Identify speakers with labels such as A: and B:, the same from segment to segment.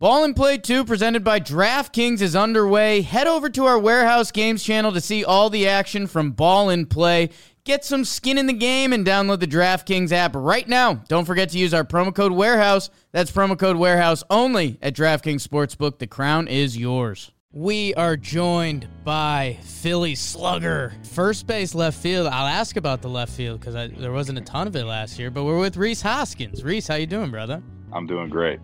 A: Ball and Play 2 presented by DraftKings is underway. Head over to our Warehouse Games channel to see all the action from Ball and Play. Get some skin in the game and download the DraftKings app right now. Don't forget to use our promo code Warehouse. That's promo code Warehouse only at DraftKings Sportsbook. The crown is yours. We are joined by Philly Slugger, first base left field. I'll ask about the left field because there wasn't a ton of it last year, but we're with Reese Hoskins. Reese, how you doing, brother?
B: I'm doing great.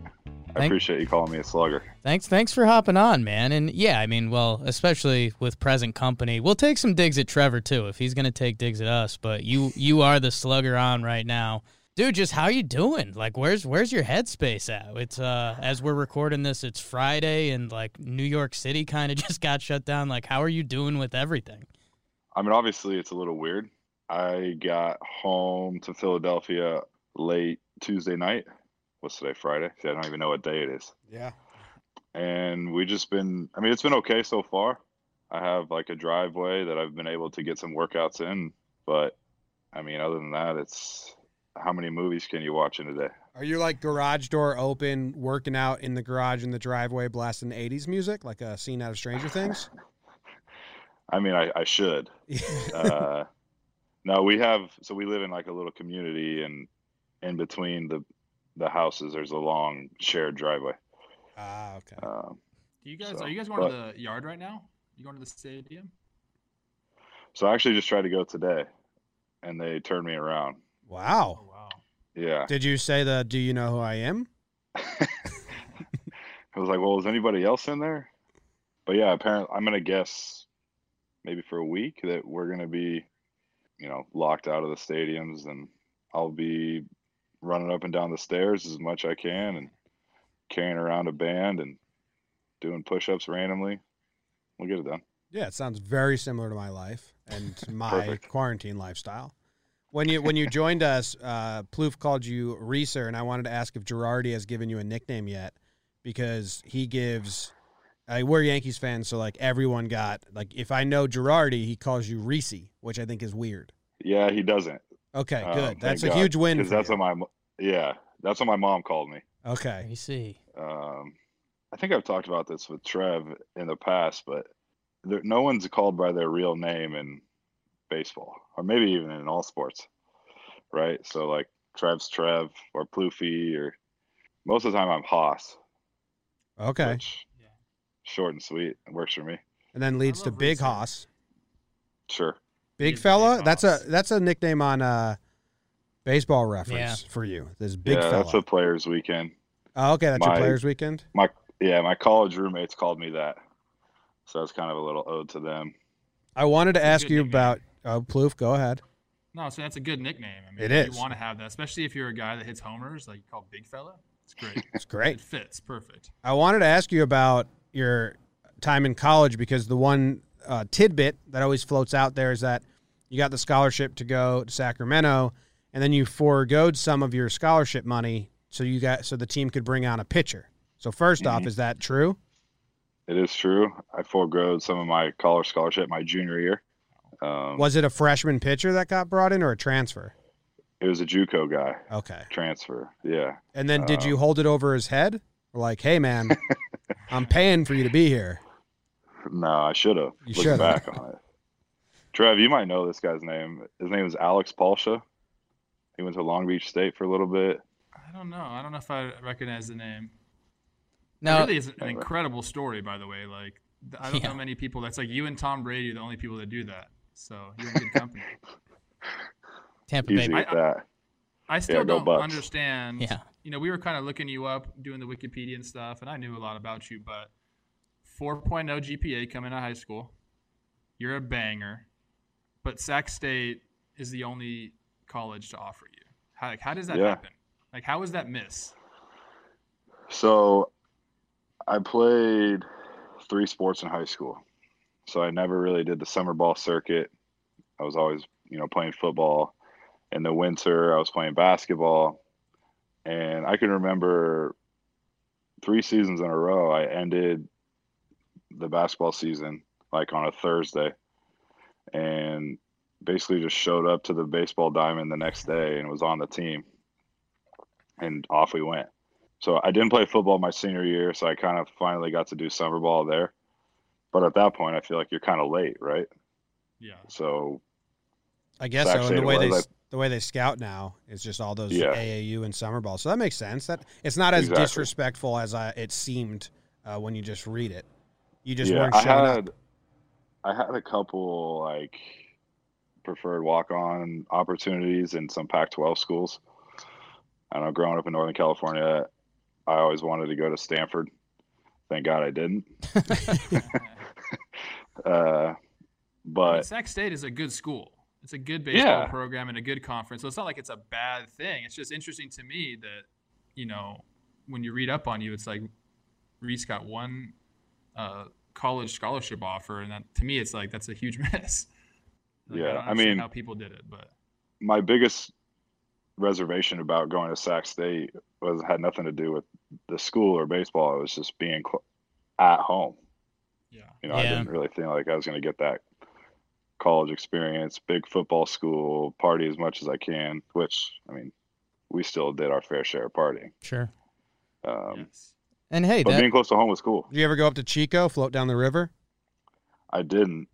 B: I
A: Thank-
B: appreciate you calling me a slugger.
A: Thanks, thanks for hopping on, man. And yeah, I mean, well, especially with present company, we'll take some digs at Trevor too if he's gonna take digs at us. But you, you are the slugger on right now, dude. Just how you doing? Like, where's where's your headspace at? It's uh, as we're recording this, it's Friday, and like New York City kind of just got shut down. Like, how are you doing with everything?
B: I mean, obviously, it's a little weird. I got home to Philadelphia late Tuesday night. What's today, Friday? See, I don't even know what day it is.
C: Yeah.
B: And we just been, I mean, it's been okay so far. I have like a driveway that I've been able to get some workouts in. But I mean, other than that, it's how many movies can you watch in a day?
C: Are you like garage door open, working out in the garage in the driveway, blasting 80s music like a scene out of Stranger Things?
B: I mean, I, I should. uh, no, we have so we live in like a little community, and in between the the houses, there's a long shared driveway.
C: ah, okay.
B: Um,
D: Do you guys
B: So,
D: are you guys going to the yard right now? You going to the stadium?
B: so I actually just tried to go today, and they turned me around.
D: Oh
C: Wow.
D: wow.
B: Yeah,
C: Did you say the do you know who I am?
B: I was like, well, is anybody else in there? But yeah, apparently, I'm gonna guess maybe for a week that we're gonna be, you know, locked out of the stadiums, and I'll be running up and down the stairs as much I can, and carrying around a band and doing push-ups randomly. We'll get it done.
C: Yeah, it sounds very similar to my life and my
B: Perfect.
C: quarantine lifestyle. When you when you joined us, uh, Plouffe called you Reeser, and I wanted to ask if Girardi has given you a nickname yet, because he gives. Uh, we're Yankees fans, so like everyone got like if I know Girardi, he calls you Reese, which I think is weird.
B: Yeah, he doesn't.
C: Okay,
B: Um,
C: good.
B: thank
C: That's a
B: God,
C: huge win.
B: Because
C: for
B: that's
C: you.
B: what my mo- yeah, that's what my mom called me.
A: Let
C: okay.
A: me see.
B: um, I think I've talked about this with Trev in the past, but there, no one's called by their real name in baseball, or maybe even in all sports, right? So like Trev's Trev or Plouffe, or most of the time I'm Haas,
C: Okay.
B: which
D: Yeah.
B: short and sweet it works for me.
C: And then leads to
D: love
C: Big
D: Reeser.
C: Hoss.
B: Sure.
C: Big
D: Big
C: fella.
D: Hoss.
C: That's a that's a nickname on uh baseball reference for you. This big
B: yeah,
C: fella.
B: that's a players' weekend.
C: oh, okay, that's your
B: my-
C: players weekend.
B: My yeah, my college roommates called me that, so that's kind of a little ode to them.
C: I wanted to
D: It's a
C: ask
D: good
C: you
D: nickname.
C: about oh, Plouffe. Go ahead.
D: No, so that's a good nickname. I mean,
C: It is.
D: You want to have that, especially if you're a guy that hits homers, like you call Big Fella. It's great.
C: It's
D: it
C: great.
D: fits perfect.
C: I wanted to ask you about your time in college because the one uh, tidbit that always floats out there is that you got the scholarship to go to Sacramento, and then you foregoed some of your scholarship money so you got so the team could bring on a pitcher. So 1st off,
D: Mm-hmm.
B: Mhm.
C: is that true?
B: It is true. I forego some of my college scholarship my junior year. Um,
C: Was it a freshman pitcher that got brought in or a transfer?
B: It was a JUCO guy
C: Okay.
B: transfer. Yeah,
C: And then
D: Uh,
C: did you
B: Um,
C: hold it over his head? Or like, hey man, I'm paying for you to be here.
B: no, I should have
C: You
B: looked
C: should've.
B: back on it. Trev, you might know this guy's name. His name is Alex Palsha. He went to Long Beach State for a little bit.
D: I don't know. I don't know if I recognize the name.
A: Now,
D: it really is an incredible story, by the way. Like th- I don't
A: Yeah.
D: know many people. That's like you and Tom Brady are the only people that do that. So you're in good company.
A: Tampa
B: Easy
A: Bay.
B: with that.
D: I still
B: go
D: don't
B: Bucks.
D: understand.
A: Yeah.
D: You know, we were kind of looking you up, doing the Wikipedia and stuff, and I knew a lot about you, but 4.0 GPA coming out of high school. You're a banger. But Sac State is the only college to offer you. How, like, how does that
B: Yeah.
D: happen? Like, how is that miss?
B: So, I played three sports in high school. So I never really did the summer ball circuit. I was always, you know, playing football. In the winter, I was playing basketball. And I can remember three seasons in a row, I ended the basketball season like on a Thursday and basically just showed up to the baseball diamond the next day and was on the team. And off we went. So I didn't play football my senior year, so I kind of finally got to do summer ball there. But at that point, I feel like you're kind of late, right?
D: Yeah.
B: So
C: I guess
B: It's
C: so. And
B: actually
C: the way
B: one
C: they
B: of
C: s- the way they scout now is just all those
B: Yeah.
C: AAU and summer ball. So that makes sense. That it's not as
B: Exactly.
C: disrespectful as I, it seemed uh, when you just read it. You just
B: yeah,
C: weren't
B: I
C: showing up.
B: had I had a couple like preferred walk-on opportunities in some Pac-12 schools. I know growing up in Northern California, I always wanted to go to Stanford. Thank God I didn't. Uh,
D: But
B: but
D: Sac State is a good school. It's a good baseball
B: Yeah.
D: program and a good conference. So it's not like it's a bad thing. It's just interesting to me that, you know, when you read up on you, it's like Reese got one uh, college scholarship offer, and that, to me, it's like that's a huge miss. Like,
B: Yeah,
D: I, don't
B: I
D: understand
B: mean-
D: how people did it, but
B: my biggest reservation about going to Sac State was had nothing to do with the school or baseball. It was just being cl- at home.
D: yeah,
B: You know, I
A: Yeah.
B: didn't really think like I was going to get that college experience, big football school, party as much as I can, which, I mean, we still did our fair share of partying.
A: Sure.
B: Um,
D: yes.
A: And hey,
B: But
A: that,
B: being close to home was cool.
C: Did you ever go up to Chico, float down the river?
B: I didn't.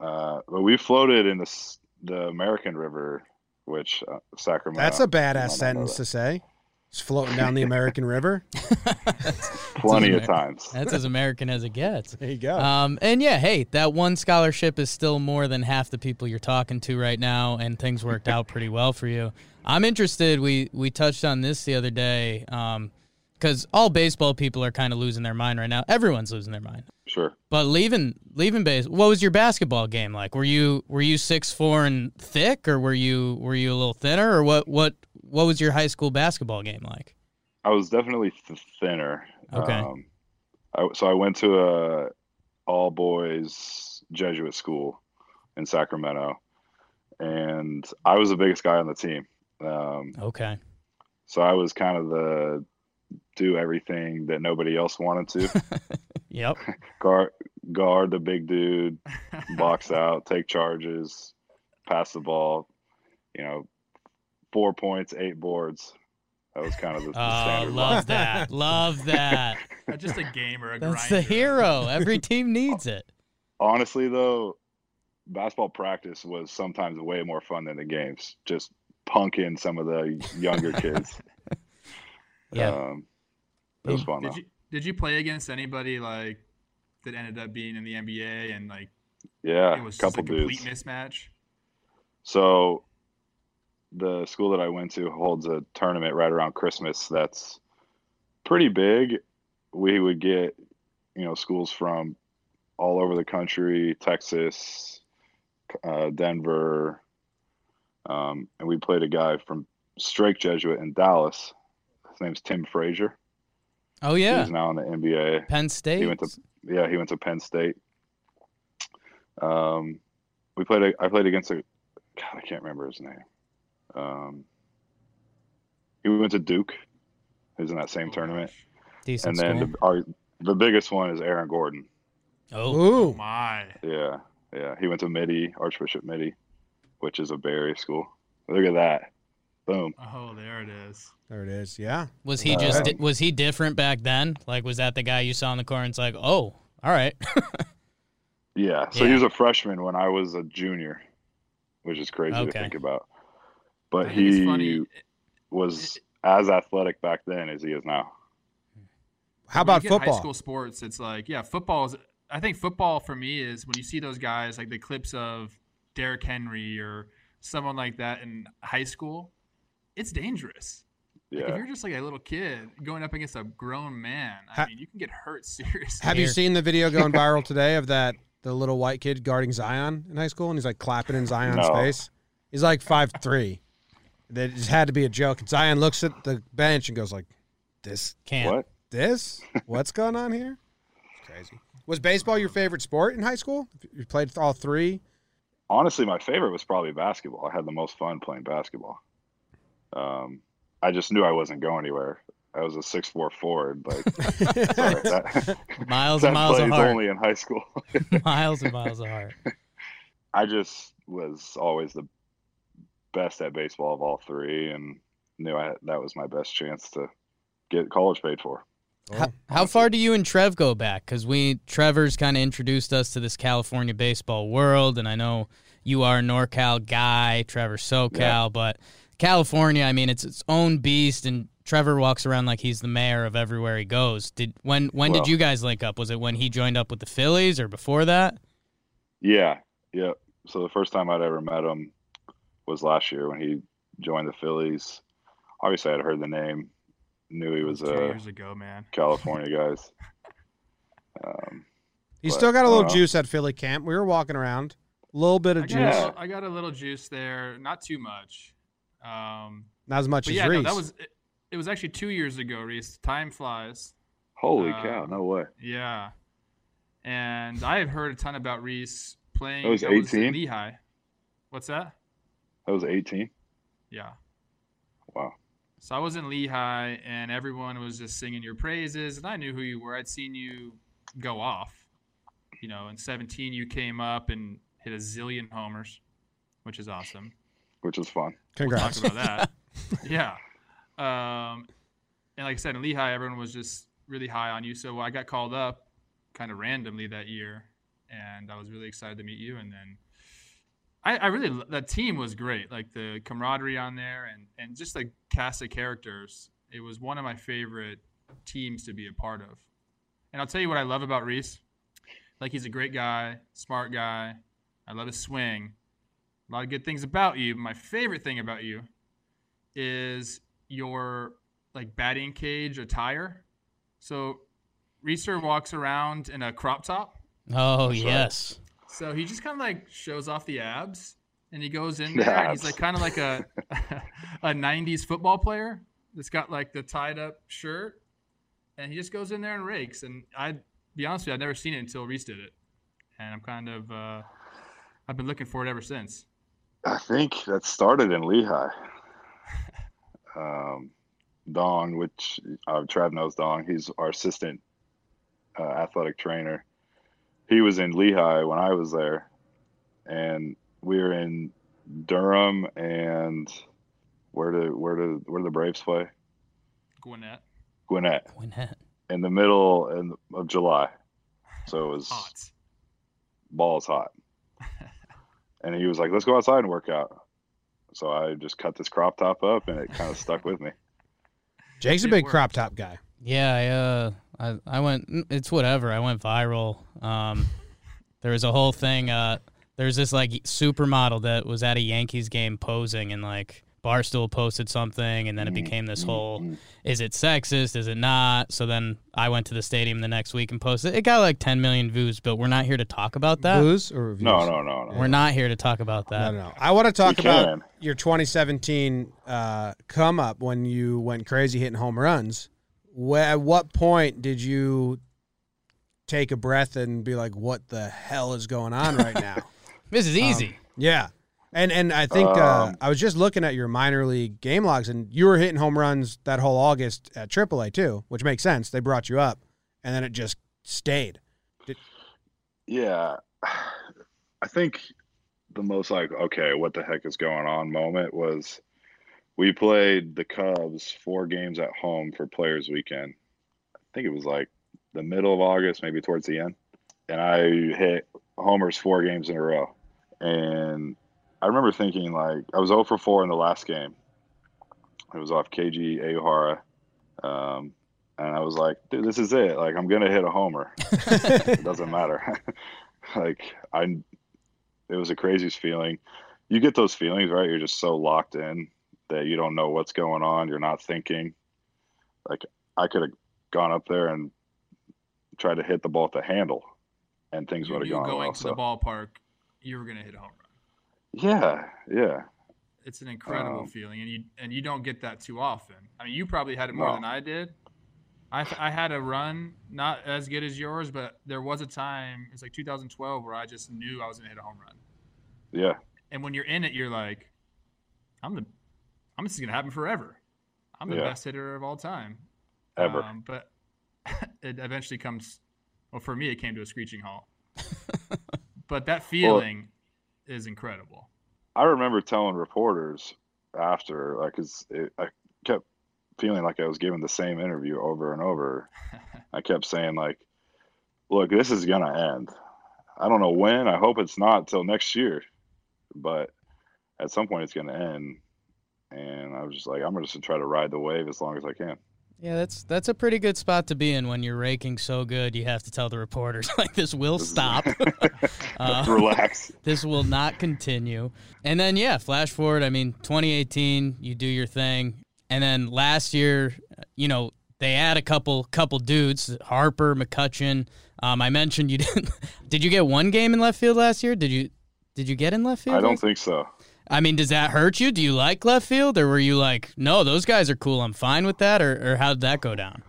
B: Uh, but we floated in the, s- the American River, which uh, Sacramento.
C: That's a
B: know
C: badass
B: that.
C: sentence to say. It's floating down the American River.
B: plenty of
A: Amer-
B: times.
A: that's as American as it gets.
C: There you go.
A: Um, and yeah, hey, that one scholarship is still more than half the people you're talking to right now, and things worked out pretty well for you. I'm interested. We we touched on this the other day because all baseball people are kind of losing their mind right now. Everyone's losing their mind.
B: Sure.
A: But leaving leaving base, what was your basketball game like? Were you were you six four and thick, or were you were you a little thinner, or what what what was your high school basketball game like?
B: I was definitely th- thinner.
A: Okay.
B: Um, I, so I went to a all boys Jesuit school in Sacramento, and I was the biggest guy on the team. Um,
A: Okay,
B: so I was kind of the do everything that nobody else wanted to
A: yep,
B: guard, guard the big dude, box out, take charges, pass the ball. You know, four points, eight boards. That was kind of the, the
A: uh,
B: standard.
A: love that, love that.
D: Uh, just a game or a
A: That's
D: grinder.
A: the hero. Every team needs it.
B: honestly though basketball practice was sometimes way more fun than the games just punking some of the younger kids
A: Yeah.
B: um, it was fun
D: Did
B: though.
D: you did you play against anybody like that ended up being in the NBA and like
B: yeah
D: it was just a
B: Uh, couple
D: complete
B: dudes
D: mismatch?
B: so the school that i went to holds a tournament right around christmas that's pretty big we would get you know schools from all over the country texas uh, denver um, and we played a guy from straight jesuit in dallas his name's tim frazier
A: Oh yeah,
B: he's now in the nba
A: Penn State.
B: he went to yeah he went to penn state um, we played a, i played against a god i can't remember his name um, he went to duke who's in that same
D: Oh,
B: tournament
D: gosh.
A: Decent
B: and then
A: school.
B: the, our, the biggest one is Aaron Gordon.
A: oh,
D: Oh
C: Ooh.
D: my.
B: Yeah, yeah. He went to Midi, Archbishop Midi, which is a Barry school. Look at that. Boom.
D: Oh, there it is.
C: There it is. Yeah.
A: was he just
B: Um,
A: was he different back then? Like, was that the guy you saw in the corner? And it's like, oh, all right,
B: Yeah. So he was a freshman when I was a junior, which is crazy to
A: Okay.
B: think about.
D: I
B: But
D: think it's
B: he
D: funny.
B: was as athletic back then as he is now.
C: How
D: when you
C: about
D: get
C: football?
D: High school sports. It's like yeah, football is. I think football for me is when you see those guys like the clips of Derrick Henry or someone like that in high school. It's dangerous. Like, if
B: Yeah.
D: you're just like a little kid going up against a grown man, I
C: Ha-
D: mean, you can get hurt seriously.
C: Have you
A: Here.
C: seen the video going viral today of that the little white kid guarding Zion in high school and he's like clapping in Zion's
B: No.
C: face? He's like five three. That just had to be a joke. And Zion looks at the bench and goes like, "This,
A: can't.
B: What?
C: this, what's going on here?" It's crazy. Was baseball your favorite sport in high school? You played all three.
B: honestly, my favorite was probably basketball. I had the most fun playing basketball. Um, I just knew I wasn't going anywhere. I was a six four forward, like sorry, that,
A: Miles
B: that
A: and miles
B: plays
A: of heart.
B: only in high school.
A: miles and miles of heart.
B: I just was always the best at baseball of all three, and knew I, that was my best chance to get college paid for.
A: How, how far do you and Trev go back? Because we Trevor's kind of introduced us to this California baseball world, and I know you are a NorCal guy, Trevor SoCal,
B: Yeah.
A: but California, I mean, it's its own beast, and Trevor walks around like he's the mayor of everywhere he goes. Did when when did
B: Well-
A: you guys link up? Was it when he joined up with the Phillies or before that?
B: Yeah, yeah. So the first time I'd ever met him was last year when he joined the Phillies. Obviously, I'd heard the name, knew he was uh,
D: two
B: a
D: years ago, man.
B: California guys. Um,
C: He's
B: but,
C: still got a little
B: uh,
C: juice at Philly camp. We were walking around, a little bit
D: I
C: of
D: got,
C: juice,
D: a
B: juice.
D: little- I got a little juice there, not too much. Um,
C: not as much
D: but
C: as
D: yeah, no,
C: Reese.
D: that was it, it. Was actually two years ago, Reese. Time flies.
B: holy
D: Uh,
B: cow! No way.
D: Yeah, and I have heard a ton about Reese playing.
B: That was
D: I at
B: 18?
D: Lehigh. What's that?
B: That was 18.
D: Yeah.
B: Wow.
D: So I was in Lehigh, and everyone was just singing your praises, and I knew who you were. I'd seen you go off. You know, in 17, you came up and hit a zillion homers, which is awesome.
B: Which was fun.
C: Congrats.
D: Talk about that. yeah. Um, and like I said, in Lehigh, everyone was just really high on you. So I got called up kind of randomly that year, and I was really excited to meet you. And then I, I really, l- that team was great. Like the camaraderie on there and, and just the cast of characters. It was one of my favorite teams to be a part of. And I'll tell you what I love about Reese. Like he's a great guy, smart guy. I love his swing a lot of good things about you. My favorite thing about you is your like batting cage attire. So Reeser walks around in a crop top.
A: Oh
B: That's right.
A: yes,
D: So he just kind of like shows off the abs and he goes in
B: The
D: there. and he's
B: abs.
D: like kind of like a a 90s football player that's got like the tied up shirt and he just goes in there and rakes and I be honest with you I'd never seen it until Reese did it. And I'm kind of uh, I've been looking for it ever since.
B: I think that started in Lehigh. Um, Dong, which uh, Trav knows Dong, he's our assistant uh, athletic trainer. He was in Lehigh when I was there, and we were in Durham and where do where do where do the Braves play?
D: Gwinnett.
B: Gwinnett
A: Gwinnett.
B: in the middle in, of July, so it was
D: Hot.
B: balls hot. and he was like, let's go outside and work out. So I just cut this crop top up and it kind of stuck with me.
C: Jake's a
D: It
C: big
D: worked.
C: crop top guy.
A: Yeah, I, uh, I I went. It's whatever. I went viral. Um, there was a whole thing. Uh, there's this like supermodel that was at a Yankees game posing, and like Barstool posted something, and then it
B: Mhm,
A: became this
B: mhm,
A: whole:
B: mhm.
A: is it sexist? Is it not? So then I went to the stadium the next week and posted. It got like 10 million views, but we're not here to talk about that.
C: Booze or reviews?
B: No, no, no, no.
A: We're not here to talk about
C: No,
A: that.
C: no, no. I want to talk
B: We
C: about
B: can.
C: your 2017 uh, come up when you went crazy hitting home runs. Wh- at what point did you take a breath and be like, "What the hell is going on right now?"
A: This is easy.
C: yeah, and and I think uh,
B: Um,
C: I was just looking at your minor league game logs, and you were hitting home runs that whole August at AAA too, which makes sense. They brought you up, and then it just stayed.
B: Yeah. I think the most like, okay, what the heck is going on moment was we played the Cubs four games at home for Players Weekend. I think it was like the middle of August, maybe towards the end. And I hit homers four games in a row. And I remember thinking, like, I was 0 for 4 in the last game. It was off KG Aohara. Um, and I was like, dude, this is it. Like, I'm going to hit a homer. it doesn't matter. like, I, it was the craziest feeling. You get those feelings, right? You're just so locked in that you don't know what's going on. You're not thinking. Like, I could have gone up there and tried to hit the ball at the handle, and things
D: you
B: would have
D: knew
B: gone
D: going
B: well.
D: to
B: so.
D: the ballpark, you were gonna hit a home run.
B: Yeah, yeah.
D: It's an incredible
B: Um,
D: feeling, and you and you don't get that too often. I mean, you probably had it more
B: No.
D: than I did. I, I had a run not as good as yours, but there was a time it's like 2012 where I just knew I was gonna hit a home run.
B: Yeah.
D: And when you're in it, you're like, I'm the, I'm this is gonna happen forever. I'm the
B: Yeah.
D: best hitter of all time.
B: Ever.
D: Um, but it eventually comes. Well, for me, it came to a screeching halt. but that feeling is incredible.
B: I remember telling reporters after, like, 'cause it, I kept feeling like I was giving the same interview over and over. I kept saying like, "Look, this is gonna end. I don't know when. I hope it's not till next year, but at some point it's gonna end." And I was just like, "I'm just gonna try to ride the wave as long as I can."
A: Yeah, that's that's a pretty good spot to be in when you're raking so good. You have to tell the reporters like this will stop. Uh,
B: Relax.
A: this will not continue. And then yeah, flash forward. I mean, 2018, you do your thing, and then last year, you know, they add a couple couple dudes, Harper, McCutcheon. Um, I mentioned you didn't. Did you get one game in left field last year? Did you did you get in left field?
B: I don't
A: last-
B: think so.
A: I mean, does that hurt you? Do you like left field, or were you like, no, those guys are cool. I'm fine with that, or or how'd that go down?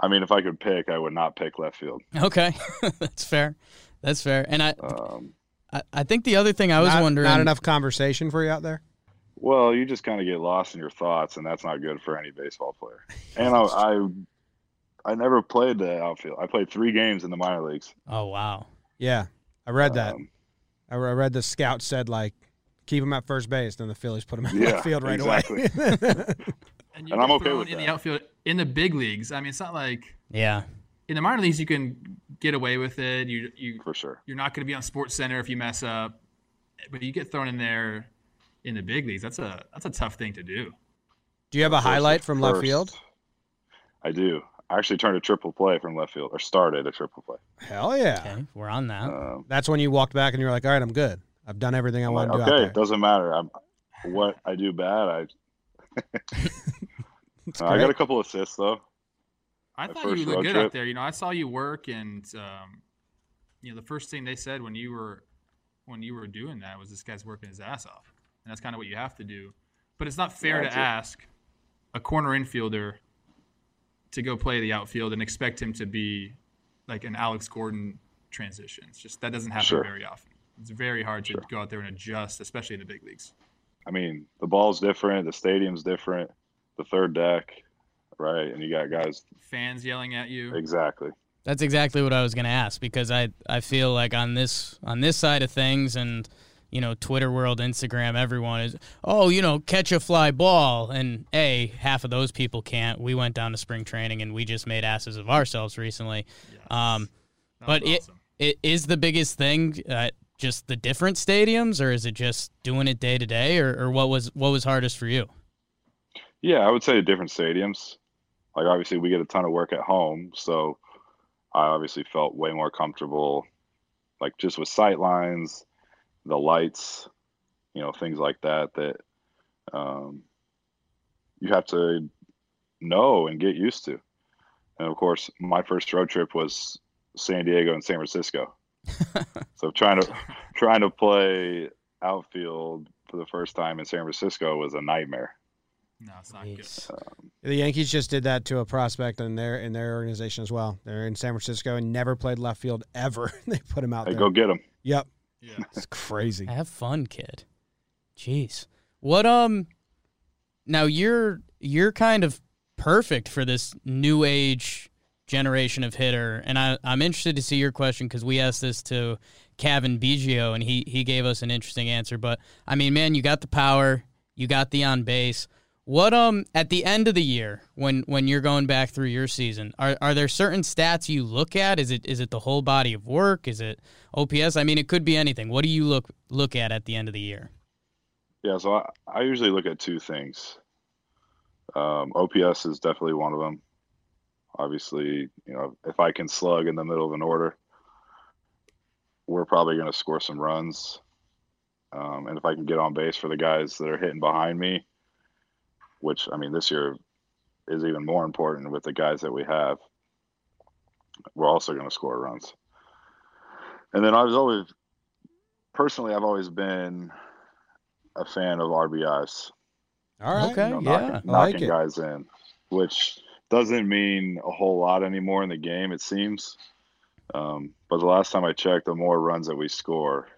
B: I mean, if I could pick, I would not pick left field.
A: Okay, that's fair. That's fair. And I,
B: Um,
A: I, I think the other thing I was
C: not,
A: wondering.
C: Not enough conversation for you out there.
B: Well, you just kind of get lost in your thoughts, and that's not good for any baseball player. And I, I, I never played the outfield. I played three games in the minor leagues.
A: Oh wow.
C: Yeah, I read that.
B: Um,
C: I re- I read the scout said like keep him at first base, then the Phillies put him at
B: Yeah,
C: left field right away.
D: And, you
B: And I'm
D: get
B: okay
D: thrown
B: with
D: in the
B: that.
D: outfield in the big leagues. I mean, it's not like
A: Yeah.
D: in the minor leagues you can get away with it. You you
B: for sure.
D: you're not going to be on Sports Center if you mess up, but you get thrown in there in the big leagues. That's a that's a tough thing to do.
C: Do you have a highlight from left
B: First-
C: field?
B: I do. I actually turned a triple play from left field, or started a triple play.
C: Hell yeah!
A: Okay, we're on
C: Oh.
A: that.
B: Um,
C: That's when you walked back and you were like, all right, I'm good. I've done everything I
B: I'm
C: want
B: like,
C: to do
B: okay,
C: out
B: it doesn't matter. I'm, what I do bad, I. Uh, I
C: great.
B: got a couple assists though.
D: I
B: My
D: thought you
B: first
D: looked
B: road
D: good
B: trip.
D: out there. You know, I saw you work, and um, you know the first thing they said when you were when you were doing that was this guy's working his ass off, and that's kind of what you have to do. But it's not fair
B: that's
D: to
B: it.
D: ask a corner infielder to go play the outfield and expect him to be like an Alex Gordon transition. It's just that doesn't happen
B: Sure.
D: very often. It's very hard to go out there and adjust, especially in the big leagues.
B: I mean, the ball's different, the stadium's different, the third deck, right? And you got guys
D: Fans yelling at you.
B: exactly.
A: That's exactly what I was going to ask because I I feel like on this on this side of things and you know Twitter world, Instagram, everyone is oh you know catch a fly ball and a half of those people can't. We went down to spring training and we just made asses of ourselves recently.
D: Yes.
A: Um,
D: That
A: but
D: was
A: it-
D: awesome.
A: It is the biggest thing. Uh, just the different stadiums, or is it just doing it day to day, or, or what was what was hardest for you?
B: Yeah, I would say different stadiums. Like obviously we get a ton of work at home, so I obviously felt way more comfortable like just with sight lines, the lights, you know, things like that that um, you have to know and get used to. And of course, my first road trip was San Diego and San Francisco. so trying to trying to play outfield for the first time in San Francisco was a nightmare.
D: no, it's not good.
A: Jeez.
C: The Yankees just did that to a prospect in their in their organization as well. They're in San Francisco and never played left field ever. they put him out
B: Hey,
C: there.
B: go get them.
C: Yep,
D: Yeah.
C: it's crazy.
A: Have fun, kid. Jeez. What um now you're you're kind of perfect for this new age generation of hitter and I, I'm interested to see your question because we asked this to Kevin Biggio and he he gave us an interesting answer. But I mean, man, you got the power, you got the on base. What um at the end of the year when when you're going back through your season, are are there certain stats you look at? Is it is it the whole body of work? Is it OPS? I mean, it could be anything. What do you look look at at the end of the year?
B: Yeah, so I, I usually look at two things. Um, OPS is definitely one of them. Obviously, you know, if I can slug in the middle of an order, we're probably going to score some runs. Um, and if I can get on base for the guys that are hitting behind me, which I mean, this year is even more important with the guys that we have, we're also going to score runs. And then I was always, personally, I've always been a fan of RBIs.
C: All right.
A: Okay.
B: you know,
A: yeah.
B: knocking,
C: I like
B: knocking
C: it.
B: guys in, which doesn't mean a whole lot anymore in the game, it seems. Um, but the last time I checked, the more runs that we score,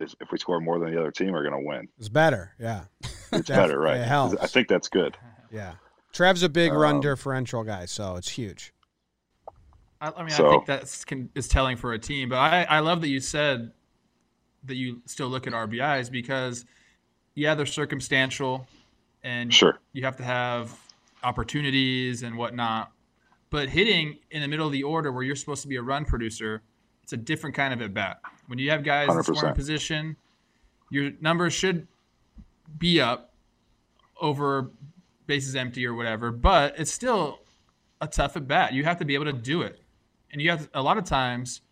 B: is if we score more than the other team, we're going to win.
C: It's better. Yeah.
B: It's
C: Def-
B: better, right?
C: it helps.
B: I think that's good.
C: Yeah. Trev's a big run
B: Um,
C: differential guy, so it's huge.
D: I, I mean, I
B: So-
D: think that's can, is telling for a team. But I, I love that you said that you still look at RBIs because, yeah, they're circumstantial. and
B: Sure.
D: you have to have opportunities and whatnot. But hitting in the middle of the order where you're supposed to be a run producer, it's a different kind of at bat. When you have guys in scoring
B: 100%.
D: position, your numbers should be up over bases empty or whatever, but it's still a tough at bat. You have to be able to do it. And you have to, a lot of times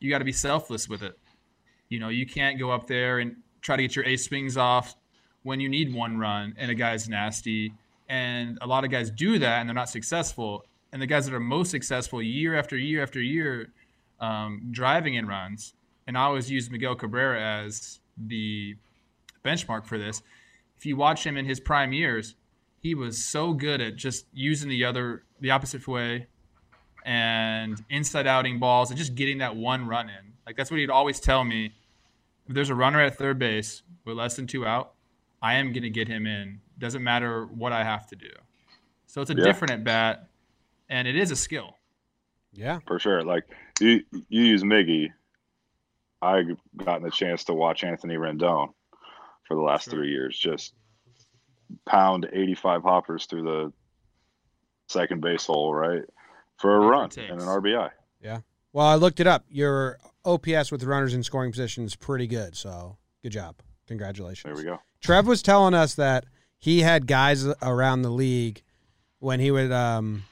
D: you got to be selfless with it. You know, you can't go up there and try to get your ace swings off when you need one run and a guy's nasty. And a lot of guys do that and they're not successful. And the guys that are most successful year after year after year um, driving in runs, and I always use Miguel Cabrera as the benchmark for this. If you watch him in his prime years, he was so good at just using the other, the opposite way, and inside outing balls and just getting that one run in. Like that's what he'd always tell me. If there's a runner at third base with less than two out, I am gonna get him in. Doesn't matter what I have to do. So it's a
B: Yeah.
D: different at bat, and it is a skill.
C: Yeah.
B: for sure. Like you, you use Miggy. I've gotten the chance to watch Anthony Rendon for the last
D: Sure.
B: three years, just pound 85 hoppers through the second base hole, right? For a
D: Whatever it
B: run
D: takes.
B: and an RBI.
C: Well, I looked it up. Your OPS with runners in scoring position is pretty good. So good job. Congratulations.
B: There we go.
C: Trev was telling us that he had guys around the league when he would um,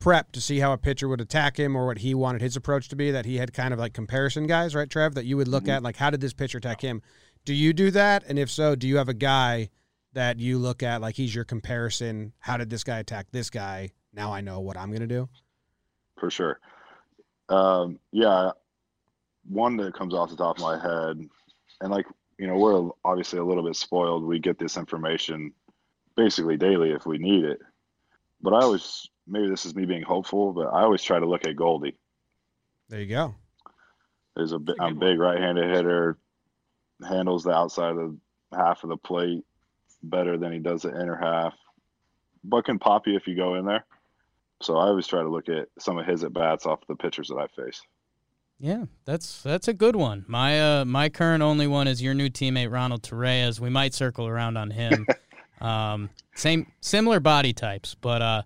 C: prep to see how a pitcher would attack him or what he wanted his approach to be. That he had kind of like comparison guys, right, Trev? That you would
B: Mm-hmm.
C: look at like how did this pitcher attack him? Do you do that? And if so, do you have a guy that you look at like he's your comparison? How did this guy attack this guy? Now I know what I'm gonna do.
B: for sure. Um, yeah, one that comes off the top of my head, and like you know, we're obviously a little bit spoiled. We get this information basically daily if we need it. But I always, maybe this is me being hopeful, but I always try to look at Goldie.
C: There you go.
B: There's a, bi-
D: That's
B: a
D: a good
B: big right-handed hitter, handles the outside of half of the plate better than he does the inner half, but can pop you if you go in there. So I always try to look at some of his at bats off the pitchers that I face.
A: Yeah, that's that's a good one. My uh, my current only one is your new teammate Ronald Torres. We might circle around on him. um, same similar body types, but uh,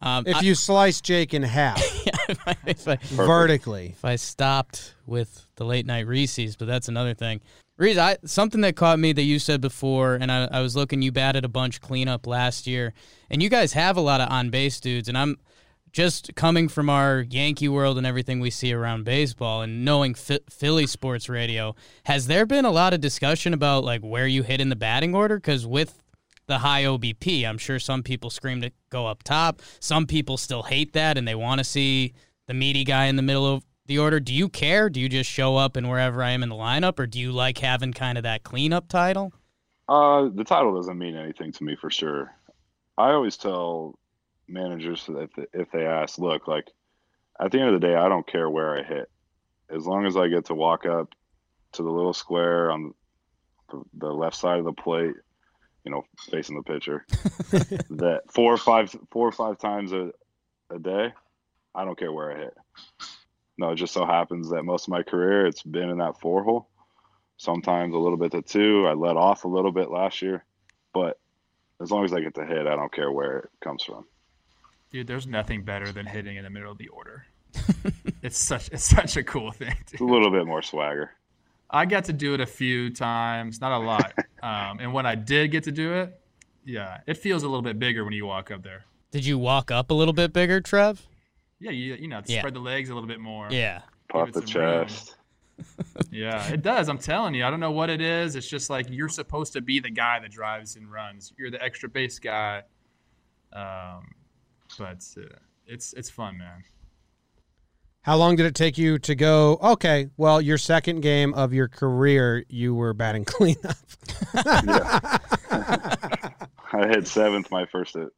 A: um,
C: If
A: I-
C: you slice Jake in half
A: if I,
C: vertically,
A: if I stopped with the late night Reese's, but that's another thing. Reese, I, something that caught me that you said before, and I, I was looking, you batted a bunch cleanup last year, and you guys have a lot of on base dudes, and I'm just coming from our Yankee world and everything we see around baseball and knowing Phi- Philly sports radio, has there been a lot of discussion about like where you hit in the batting order? Because with the high OBP. I'm sure some people scream to go up top. Some people still hate that and they want to see the meaty guy in the middle of the order. Do you care? Do you just show up and wherever I am in the lineup, or do you like having kind of that cleanup title?
B: Uh, the title doesn't mean anything to me for sure. I always tell managers that if, if they ask, look, like at the end of the day, I don't care where I hit, as long as I get to walk up to the little square on the, the left side of the plate, you know, facing the pitcher, that four or five, four or five times a, a day, I don't care where I hit. No, it just so happens that most of my career it's been in that four hole sometimes a little bit to two. I let off a little bit last year, but as long as I get the hit, I don't care where it comes from.
D: Dude, there's nothing better than hitting in the middle of the order. it's such it's such a cool thing.
B: It's
D: Dude.
B: a little bit more swagger.
D: I got to do it a few times, not a lot. Um, and when I did get to do it, yeah, it feels a little bit bigger when you walk up there.
A: Did you walk up a little bit bigger, Trev?
D: Yeah, you you know, to
A: Yeah.
D: spread the legs a little bit more.
A: Yeah.
B: Puff
D: it
B: the
D: some room.
B: chest.
D: Yeah, it does. I'm telling you, I don't know what it is. It's just like you're supposed to be the guy that drives and runs. You're the extra base guy. Um, but uh, it's it's fun, man.
C: How long did it take you to go? Okay, well, your second game of your career, you were batting cleanup.
B: I hit seventh my first, at-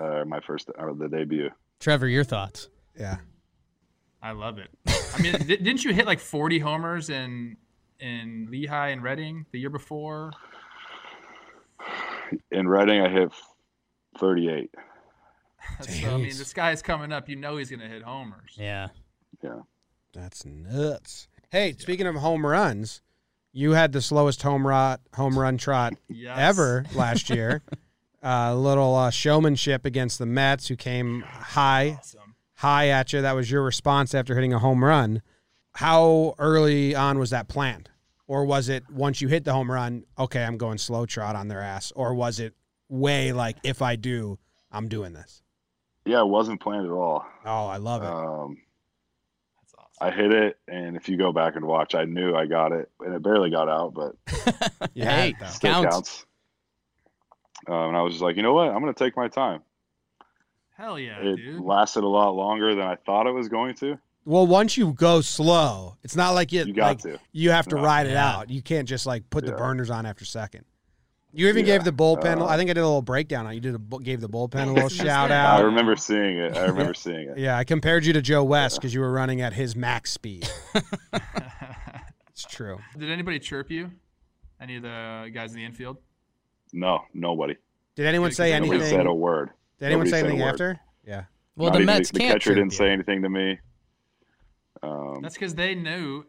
B: uh, my first or the debut.
A: Trevor, your thoughts?
C: Yeah,
D: I love it. I mean, di- didn't you hit like 40 homers in in Lehigh and Reading the year before?
B: In Reading, I hit 38.
D: So, I mean,
C: Jeez.
D: this guy's coming up. You know he's gonna hit homers.
A: Yeah.
C: that's nuts. Hey, speaking of home runs, you had the slowest home run home run trot
D: Yes.
C: ever last year, uh, little uh, showmanship against the Mets, who came high,
D: Awesome.
C: high at you. That was your response after hitting a home run. How early on was that planned? Or was it once you hit the home run, okay, I'm going slow trot on their ass? Or was it way like, if I do, I'm doing this?
B: Yeah, it wasn't planned at all.
C: Oh, I love it.
B: Um,
D: That's awesome.
B: I hit it, and if you go back and watch, I knew I got it, and it barely got out, but
C: You had
A: hey.
C: it, though.
B: still
A: Counts.
B: counts. Um, and I was just like, you know what? I'm gonna take my time.
D: Hell yeah,
B: it
D: dude.
B: lasted a lot longer than I thought it was going to.
C: Well, once you go slow, it's not like you,
B: You got
C: like,
B: to.
C: you have to
B: No.
C: ride it
A: Yeah.
C: out. You can't just like put the
B: Yeah.
C: burners on after second. You even
B: Yeah.
C: gave the bullpen.
B: Uh,
C: I think I did a little breakdown. on it. You did a bu- gave the bullpen a little
D: Listen to
C: shout
D: this.
B: I
D: Uh,
C: out.
B: remember seeing it. I remember seeing it.
C: Yeah, I compared you to Joe West because you were running at his max speed. It's true.
D: Did anybody chirp you? Any of the guys in the infield?
B: No, nobody.
C: Did anyone
D: Yeah,
C: say
D: 'cause
B: Nobody
C: anything?
B: said a word.
C: did anyone
B: nobody
C: say
B: said a
C: anything
B: word.
C: after? Yeah.
A: Well,
B: Not
A: the
B: even
A: Mets
B: the,
A: can't.
B: catcher
A: chirp
B: didn't
A: you.
B: say anything to me. Um,
D: That's because they knew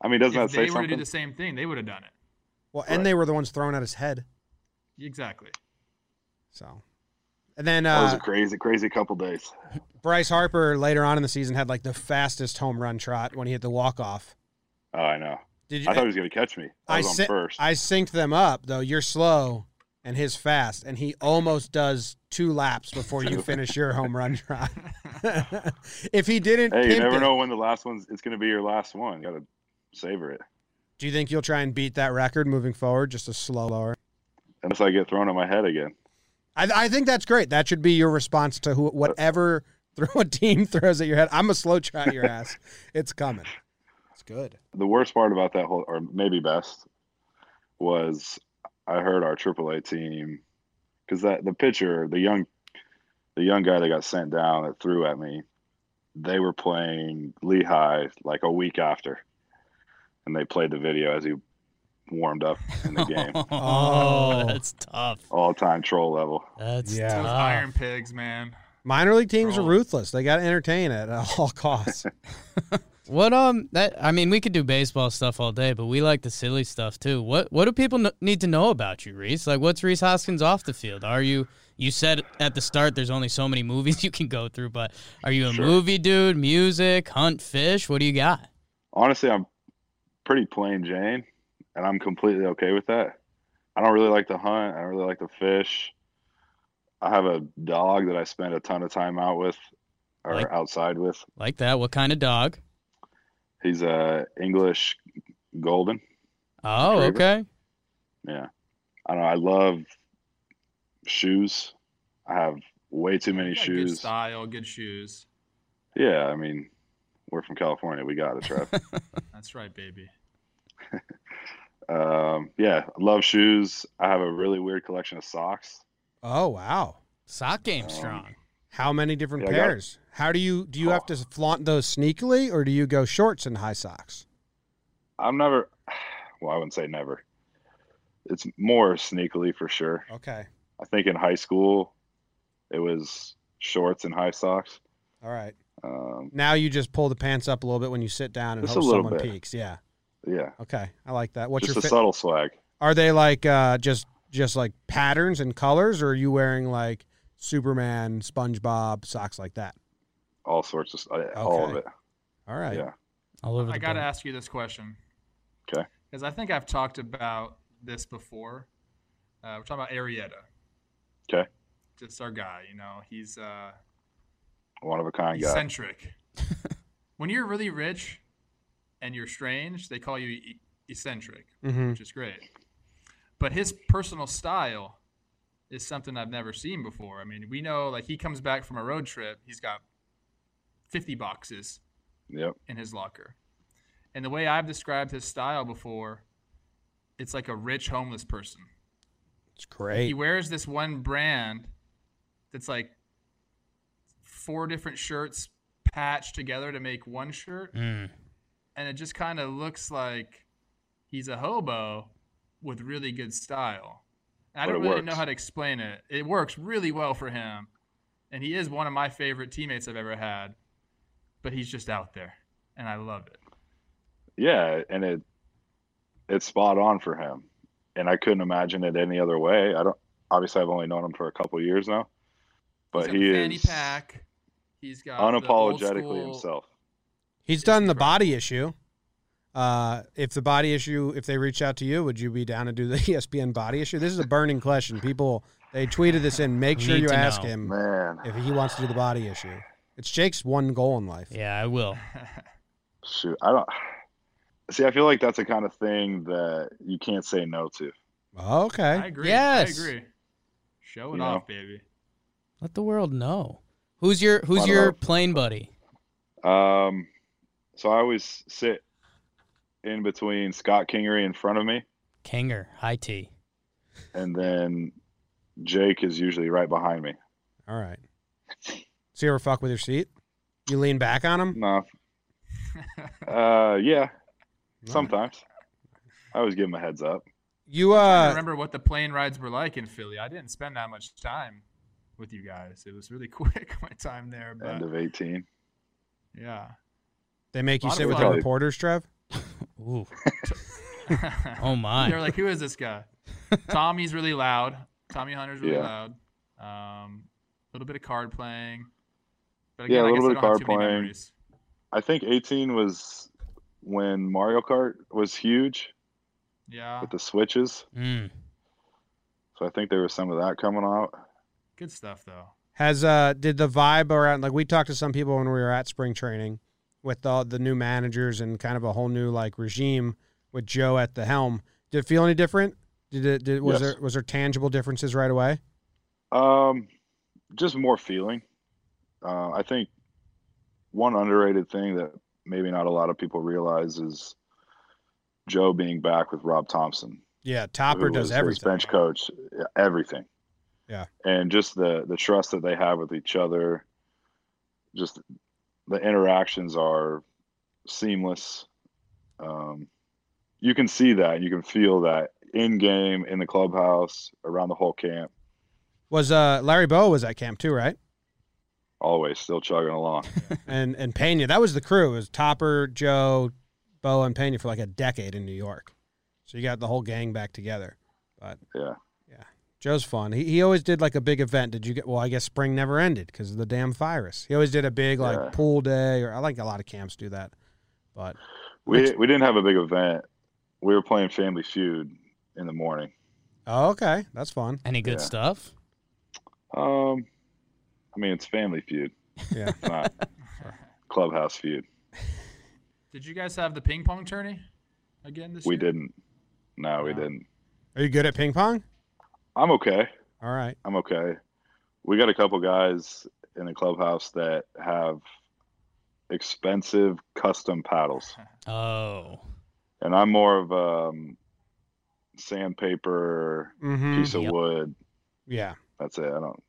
B: I mean, doesn't that
D: if
B: say
D: they were to do
B: something?
D: the same thing, they would have done it.
C: Well, and
B: Right.
C: they were the ones throwing at his head.
D: Exactly.
C: So, and then
B: That was
C: uh,
B: a crazy, crazy couple days.
C: Bryce Harper later on in the season had like the fastest home run trot when he hit the walk off.
B: Oh, I know.
C: Did you?
B: I thought he was gonna catch me. I was on
C: sy-
B: first.
C: I synced them up though. You're slow and his fast, and he almost does two laps before you finish your home run trot. if he didn't,
B: hey, you
C: pimp
B: never
C: it,
B: know when the last one's. It's gonna be your last one. You gotta savor it.
C: Do you think you'll try and beat that record moving forward? Just a slow lower.
B: Unless I get thrown on my head again.
C: I, I think that's great. That should be your response to who, whatever throw a team throws at your head. I'm a slow trot your ass. It's coming. It's good.
B: The worst part about that whole, or maybe best, was I heard our AAA team because that the pitcher, the young, the young guy that got sent down that threw at me, they were playing Lehigh like a week after, and they played the video as he warmed up in the game.
C: Oh.
A: that's tough.
B: All time troll level.
A: That's
C: Yeah.
D: Those
A: tough.
D: iron pigs, man.
C: Minor league teams are
D: Roll.
C: ruthless. They got to entertain at all costs.
A: What um that I mean we could do baseball stuff all day, but we like the silly stuff too. What what do people kn- need to know about you, Reese? Like what's Reese Hoskins off the field? Are you you said at the start there's only so many movies you can go through, but are you a
B: Sure.
A: movie dude, music, hunt fish? What do you got?
B: honestly, I'm pretty plain Jane, and I'm completely okay with that. I don't really like to hunt. I don't really like to fish. I have a dog that I spend a ton of time out with or
A: Like-
B: outside with.
A: Like that? What kind of dog?
B: He's a English golden.
A: Oh,
B: Retriever.
A: okay.
B: Yeah. I don't know. I love shoes. I have way too many
D: You got Good
B: shoes.
D: style, good shoes.
B: Yeah, I mean, we're from California. We got it, Trev.
D: That's right, baby.
B: um, yeah, I love shoes. I have a really weird collection of socks.
C: oh wow.
A: Sock game
B: Um,
A: strong.
C: How many different
B: Yeah, I got Oh. it.
C: pairs? How do you do you have to flaunt those sneakily or do you go shorts and high socks?
B: I'm never. Well, I wouldn't say never. It's more sneakily for sure.
C: Okay.
B: I think in high school, it was shorts and high socks.
C: All right.
B: Um,
C: Now you just pull the pants up a little bit when you sit down and
B: Just
C: hope
B: a little
C: someone
B: bit.
C: peeks. Yeah.
B: yeah,
C: Okay. I like that. What's
B: just
C: your
B: a
C: fa-
B: subtle swag.
C: Are they like uh just just like patterns and colors or are you wearing like Superman, SpongeBob socks like that?
B: All sorts of uh, all of
C: Okay.
B: it.
C: All right.
B: Yeah.
A: All over the
D: I got to
A: board.
D: ask you this question.
B: 'Kay.
D: Because I think I've talked about this before. Uh, we're talking about Arietta.
B: 'Kay.
D: Just our guy, you know, he's uh,
B: One of a kind guy.
D: eccentric. when you're really rich and you're strange, they call you e- eccentric,
C: Mhm.
D: which is great. But his personal style is something I've never seen before. I mean, we know like he comes back from a road trip, he's got 50 boxes
B: Yep.
D: in his locker. And the way I've described his style before, it's like a rich homeless person.
C: It's great.
D: He wears this one brand that's like four different shirts patched together to make one shirt.
A: Mm.
D: And it just kind of looks like he's a hobo with really good style. And I
B: But
D: don't
B: it
D: really know
B: works.
D: how to explain it. It works really well for him. And he is one of my favorite teammates I've ever had. But he's just out there. And I love it.
B: Yeah, and it it's spot on for him. And I couldn't imagine it any other way. I don't. obviously I've only known him for a couple years now,
D: He's
B: but
D: got
B: he
D: the fanny
B: is
D: pack. He's got the old
B: unapologetically
D: school-
B: himself.
C: He's
D: It's
C: done the
D: incredible.
C: body issue. Uh, if the body issue, if they reach out to you, would you be down to do the E ESPN body issue? This is a burning question. People, they tweeted this in. Make sure
A: Need
C: you
A: to
C: ask
A: know.
C: him
B: Man,
C: if he wants to do the body issue. It's Jake's one goal in life.
A: Yeah, I will.
B: shoot, I don't see. I feel like that's the kind of thing that you can't say no to.
C: Okay.
D: I agree.
A: Yes.
D: I agree. Show it
B: You
D: off, baby.
A: Let the world know. Who's your Who's
B: Lot of
A: your
B: love.
A: plane buddy?
B: Um, so I always sit in between Scott Kingery in front of me,
A: Kanger, high T.
B: and then Jake is usually right behind me.
C: All right. So you ever fuck with your seat? You lean back on him?
B: No, uh, yeah,
C: No.
B: sometimes. I always give him a heads up.
C: You
D: I
C: uh,
D: remember what the plane rides were like in Philly. I didn't spend that much time with you guys. It was really quick my time there,
B: End
D: but
B: of eighteen.
D: yeah.
C: they make you
D: Lot of
C: sit with the
B: fun.
C: reporters, Trev.
A: Ooh, oh
D: They're
A: my.
D: like, who is this guy? Tommy's really loud. Tommy Hunter's really
B: Yeah.
D: loud. Um, a little bit of card playing. But
B: Yeah, a
D: I
B: little
D: guess
B: bit
D: I
B: of
D: don't have
B: card
D: too many
B: playing.
D: memories.
B: I think eighteen was when Mario Kart was huge
D: Yeah,
B: with the switches.
A: Mm.
B: So I think there was some of that coming out.
D: good stuff though.
C: Has uh did the vibe around like we talked to some people when we were at spring training with all the new managers and kind of a whole new like regime with Joe at the helm. Did it feel any different? Did it did, was
B: Yes.
C: there was there tangible differences right away?
B: Um, just more feeling. Uh, I think one underrated thing that maybe not a lot of people realize is Joe being back with Rob Thompson.
C: Yeah,
B: who
C: Topper
B: was
C: does
B: his
C: everything.
B: bench coach, yeah, everything.
C: Yeah.
B: And just the the trust that they have with each other, just the interactions are seamless. Um, you can see that, you can feel that in game, in the clubhouse, around the whole camp,
C: Was uh Larry Bow was at camp too, right?
B: always still chugging along.
C: And and Pena, that was the crew. It was Topper, Joe, Bo, and Pena for like a decade in New York. So you got the whole gang back together. But
B: Yeah.
C: yeah, Joe's fun. He he always did like a big event. Did you get? Well, I guess spring never ended because of the damn virus. He always did a big like
B: Yeah.
C: pool day, or I like a lot of camps do that. But
B: We
C: Which-
B: we didn't have a big event. We were playing Family Feud in the morning.
C: oh, okay, that's fun.
A: Any good
B: Yeah.
A: stuff?
B: Um, I mean it's Family Feud.
C: Yeah.
B: It's not Clubhouse Feud.
D: Did you guys have the ping pong tourney again this
B: We
D: year?
B: didn't. No, we
D: Wow.
B: didn't.
C: Are you good at ping pong?
B: I'm okay.
C: All right.
B: I'm okay. We got a couple guys in the clubhouse that have expensive custom paddles,
A: Oh,
B: and I'm more of um sandpaper
C: Mm-hmm.
B: piece of
A: Yep.
B: wood.
C: Yeah.
B: That's it. I don't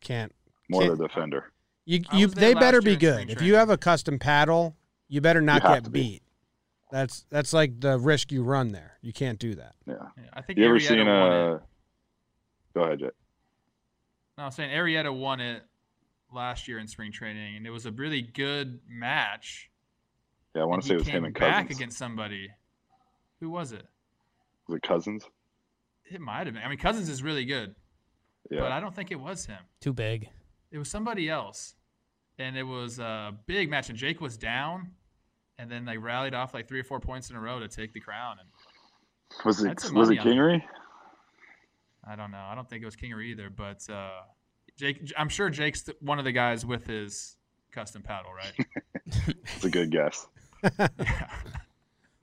C: Can't.
B: more of
C: Can't-
B: a defender.
C: You,
D: I
C: you
D: was there
C: they
D: last
C: better
D: year
C: be
D: in spring
C: good. If you
D: training.
C: have a custom paddle, you better not
B: have to
C: get
B: be.
C: beat. That's that's like the risk you run there. You can't do that.
B: Yeah.
D: Yeah, I think
B: You ever
D: Arrieta
B: seen uh,
D: won it.
B: a? Go ahead, Jay.
D: No, I'm saying Arietta won it last year in spring training, and it was a really good match.
B: Yeah, I want
D: and
B: to
D: he
B: say it was
D: came
B: him and Cousins.
D: back against somebody. Who was it?
B: Was it Cousins?
D: It might have been. I mean, Cousins is really good, but
B: Yeah.
D: I don't think it was him.
A: too big.
D: It was somebody else, and it was a big match. And Jake was down, and then they rallied off like three or four points in a row to take the crown. And
B: Was
D: I'd
B: it
D: put
B: was it
D: money on it.
B: Kingery?
D: I don't know. I don't think it was Kingery either, but uh, Jake. I'm sure Jake's th- one of the guys with his custom paddle, right?
B: It's a good guess.
D: yeah.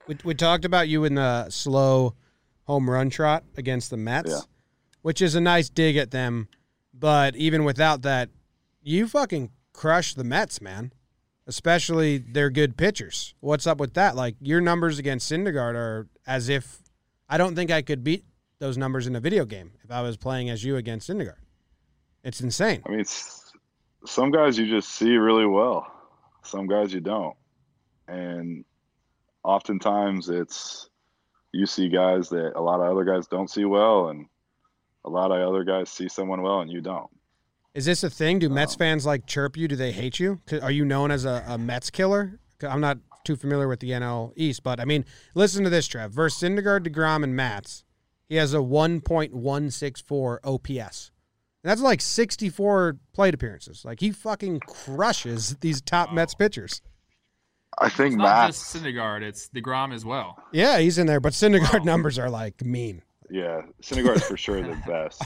C: We, we talked about you in the slow home run trot against the Mets,
B: Yeah.
C: which is a nice dig at them. But even without that, you fucking crushed the Mets, man. Especially their good pitchers. What's up with that? Like your numbers against Syndergaard are as if I don't think I could beat those numbers in a video game if I was playing as you against Syndergaard. It's insane.
B: I mean, it's, some guys you just see really well, some guys you don't, and oftentimes it's you see guys that a lot of other guys don't see well, and a lot of other guys see someone well and you don't.
C: Is this a thing? Do Mets
B: Um,
C: fans like chirp you? Do they hate you? 'Cause Are you known as a, a Mets killer? 'Cause I'm not too familiar with the NL East, but I mean, listen to this, Trev. Versus Syndergaard, Degrom, and Mats, He has a 1.164 OPS. And that's like 64 plate appearances. Like he fucking crushes these top
D: Wow.
C: Mets pitchers.
B: I think
D: It's not
B: Matt.
D: just Syndergaard, it's DeGrom as well.
C: Yeah, he's in there, but Syndergaard
D: Wow.
C: numbers are like mean.
B: Yeah, Syndergaard's for sure the best.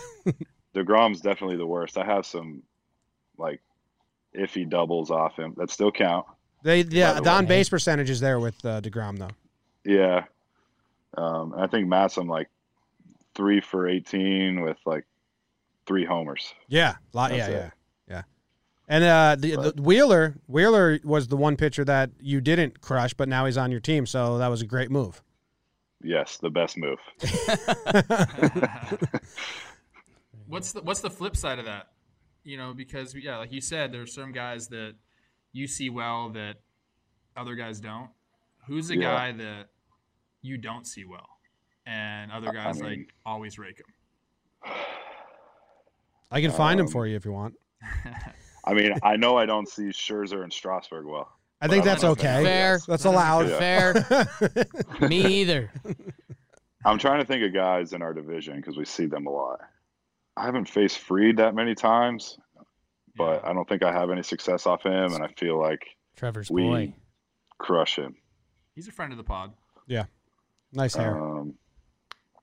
B: Degrom's definitely the worst. I have some like iffy doubles off him that still count.
C: They yeah,
B: the
C: the,
B: way.
C: on base percentage is there with uh, Degrom though.
B: Yeah, um, and I think Matt's I'm like three for eighteen with like three homers.
C: Yeah, lot, yeah,
B: That's
C: yeah,
B: it.
C: yeah. And uh, the,
B: But-
C: the Wheeler Wheeler was the one pitcher that you didn't crush, but now he's on your team, so that was a great move.
B: Yes, the best move.
D: what's the what's the flip side of that? You know, because yeah, like you said, there's some guys that you see well that other guys don't. Who's a
B: Yeah.
D: guy that you don't see well, and other
B: I- I
D: guys
B: mean-
D: like always rake him?
C: I can find him
B: Um,
C: for you if you want.
B: I mean, I know I don't see Scherzer and Strasburg well.
C: I think
B: but
C: that's
B: don't think-
C: okay.
A: Fair.
C: That's allowed.
B: Yeah.
A: Fair. Me either.
B: I'm trying to think of guys in our division because we see them a lot. I haven't faced Freed that many times, but I don't think I have any success off him, and I feel like
A: Trevor's
B: We-
A: boy.
B: crush him.
D: he's a friend of the pod.
C: nice hair.
B: Um,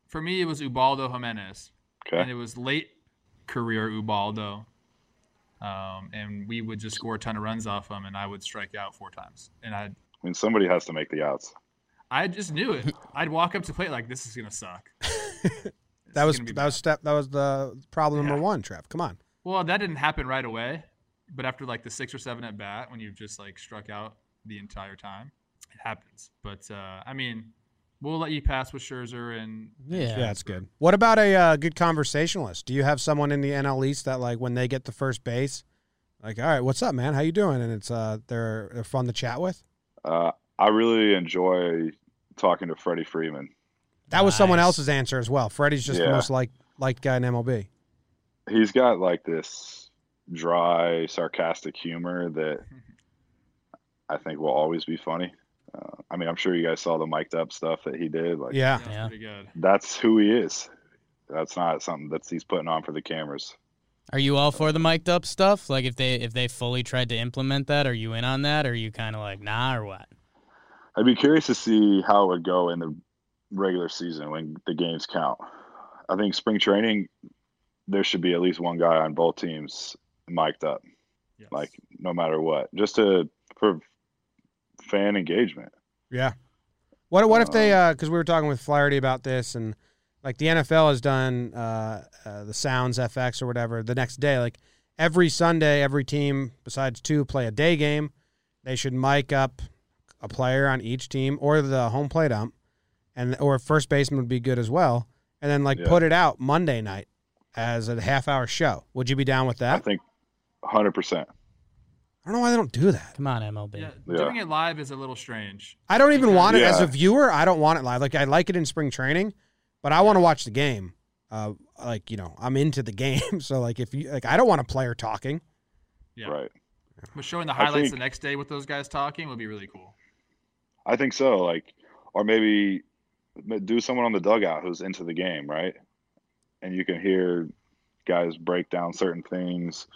D: For me, it was Ubaldo Jimenez. and
B: okay.
D: it was late career Ubaldo. Um, and we would just score a ton of runs off him, and I would strike out four times. And I,
B: I mean, somebody has to make the outs.
D: I just knew it. I'd walk up to plate like this is gonna suck. This
C: that
D: is
C: was
D: gonna be
C: that was
D: bad."
C: step. That was the problem
D: Yeah.
C: number one. Trev, come on.
D: well. That didn't happen right away, but after like the six or seven at bat, when you've just like struck out the entire time, it happens. But uh, I mean, we'll let you pass with Scherzer, and
A: Yeah.
C: Yeah, that's good. What about a uh, good conversationalist? Do you have someone in the NL East that like when they get to first base, like, all right, what's up, man? How you doing? And it's uh, they're they're fun to chat with.
B: Uh, I really enjoy talking to Freddie Freeman.
C: That was someone
A: Nice.
C: else's answer as well. Freddie's just the
B: Yeah.
C: most like liked guy in MLB.
B: He's got like this dry, sarcastic humor that I think will always be funny. Uh, I mean, I'm sure you guys saw the mic'd up stuff that he did. Like,
C: Yeah.
D: that's
A: Yeah.
D: pretty good.
B: that's who he is. That's not something that he's putting on for the cameras.
A: Are you all for the mic'd up stuff? Like if they if they fully tried to implement that, are you in on that? Or are you kind of like nah or what?
B: I'd be curious to see how it would go in the regular season when the games count. I think spring training, there should be at least one guy on both teams mic'd up,
D: Yes.
B: like no matter what, just to for fan engagement.
C: Yeah. What what if they?
B: um,
C: Because we were talking with Flaherty about this, and like the NFL has done uh, uh, the Sounds FX or whatever. The next day, like every Sunday, every team besides two play a day game. They should mic up a player on each team or the home plate ump, and or first baseman would be good as well. And then like
B: Yeah.
C: put it out Monday night as a half hour show. Would you be down with
B: I
C: that?
B: think 100%.
C: I don't know why they don't do that.
A: Come on, MLB.
D: yeah,
B: Yeah.
D: doing it live is a little strange.
C: I don't even want it as a
B: Yeah.
C: viewer. I don't want it live. Like I like it in spring training, but I want to watch the game. Uh, like you know, I'm into the game. So like if you like, I don't want a player talking.
D: Yeah,
B: Right.
D: but showing the
B: I
D: highlights
B: think-
D: the next day with those guys talking would be really cool.
B: I think so. Like, or maybe do someone on the dugout who's into the game, right? And you can hear guys break down certain things.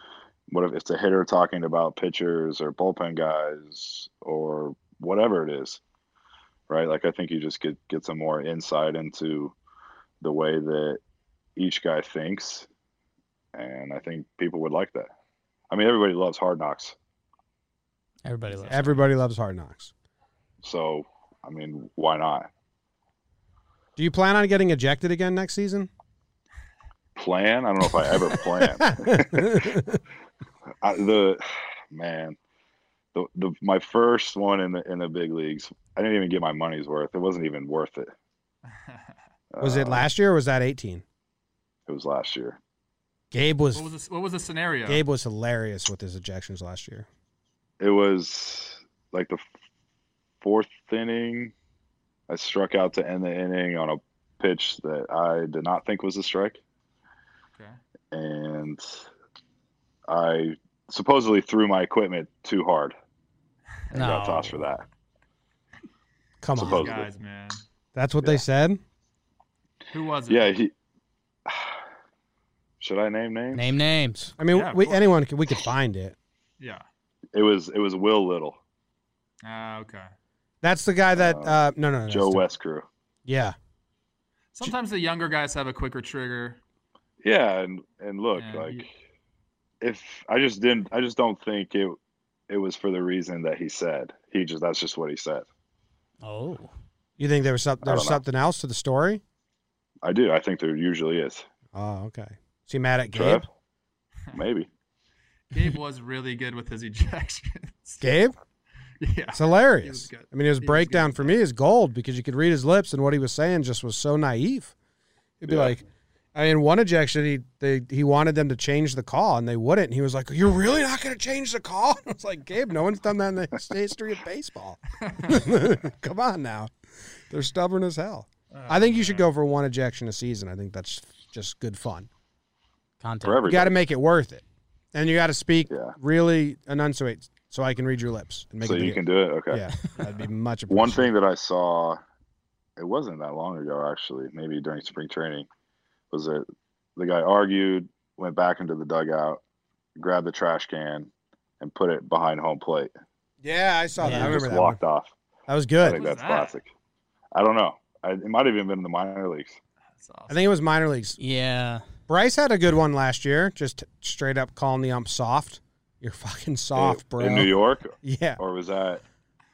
B: What if it's a hitter talking about pitchers or bullpen guys or whatever it is, right? Like, I think you just get get some more insight into the way that each guy thinks, and I think people would like that. I mean, everybody loves Hard Knocks.
A: Everybody loves. it.
C: Everybody loves Hard Knocks.
B: So, I mean, why not?
C: Do you plan on getting ejected again next season?
B: Plan? I don't know if I ever plan. I, the man, the, the my first one in the in the big leagues. I didn't even get my money's worth. It wasn't even worth it.
C: was it
B: Uh,
C: last year or was that 18?
B: It was last year.
C: Gabe was,
D: What was the, what was the scenario?
C: Gabe was hilarious with his ejections last year.
B: It was like the fourth inning. I struck out to end the inning on a pitch that I did not think was a strike,
D: Okay.
B: and I supposedly threw my equipment too hard and got tossed for that.
C: Come
D: These
C: on,
B: Supposedly.
D: guys, man.
C: that's what
B: Yeah.
C: they said.
D: Who was it?
B: Yeah, he. Should I name names?
A: Name names.
C: I mean,
D: Yeah, of
C: we,
D: course.
C: anyone can, we could find it.
D: Yeah.
B: It was it was Will Little,
D: Ah, okay.
C: That's the guy that.
B: Uh,
C: Uh, no, no, no. that's
B: Joe
C: the-
B: West crew.
C: Yeah,
D: Sometimes the younger guys have a quicker trigger.
B: Yeah, and and look
D: Yeah,
B: like
D: he-
B: if I just didn't, I just don't think it it was for the reason that he said. He just that's just what he said.
A: Oh.
C: you think there was something? There
B: I
C: was
B: don't know.
C: something else to the story?
B: I do. I think there usually is.
C: Oh, okay. Is he mad at Gabe?
B: Trev? Maybe.
D: Gabe was really good with his ejections.
C: Gabe,
D: yeah.
C: it's hilarious.
D: good.
C: I mean, his
D: He was
C: breakdown
D: good.
C: for me is gold because you could read his lips, and what he was saying just was so naive. It'd be
B: Yeah.
C: like, I mean, one ejection, he they, he wanted them to change the call, and they wouldn't. And he was like, "You're really not going to change the call?" I was like, "Gabe, no one's done that in the history of baseball. Come on now, they're stubborn as hell." I think you should go for one ejection a season. I think that's just good fun.
B: For
A: Content.
C: You got to
B: everybody.
C: make it worth it, and you got to speak
B: Yeah.
C: really enunciate so I can read your lips and make
B: So
C: it.
B: you
C: big.
B: can do it. Okay.
C: Yeah, that'd be much.
B: One
C: appreciated.
B: thing that I saw, it wasn't that long ago actually, maybe during spring training, was that the guy argued, went back into the dugout, grabbed the trash can, and put it behind home plate.
C: Yeah, I saw
A: Yeah,
C: that. I
B: and
C: remember
B: just
C: that. one.
B: walked off.
C: That was
B: I
C: good.
B: think
D: What was
B: that's
D: that?
B: classic. I don't know. I, it might have even been in the minor leagues.
D: That's awesome.
C: I think it was minor leagues.
A: Yeah.
C: Bryce had a good one last year, just straight up calling the ump soft. You're fucking soft,
B: in,
C: bro.
B: in New York,
C: Yeah.
B: or was that?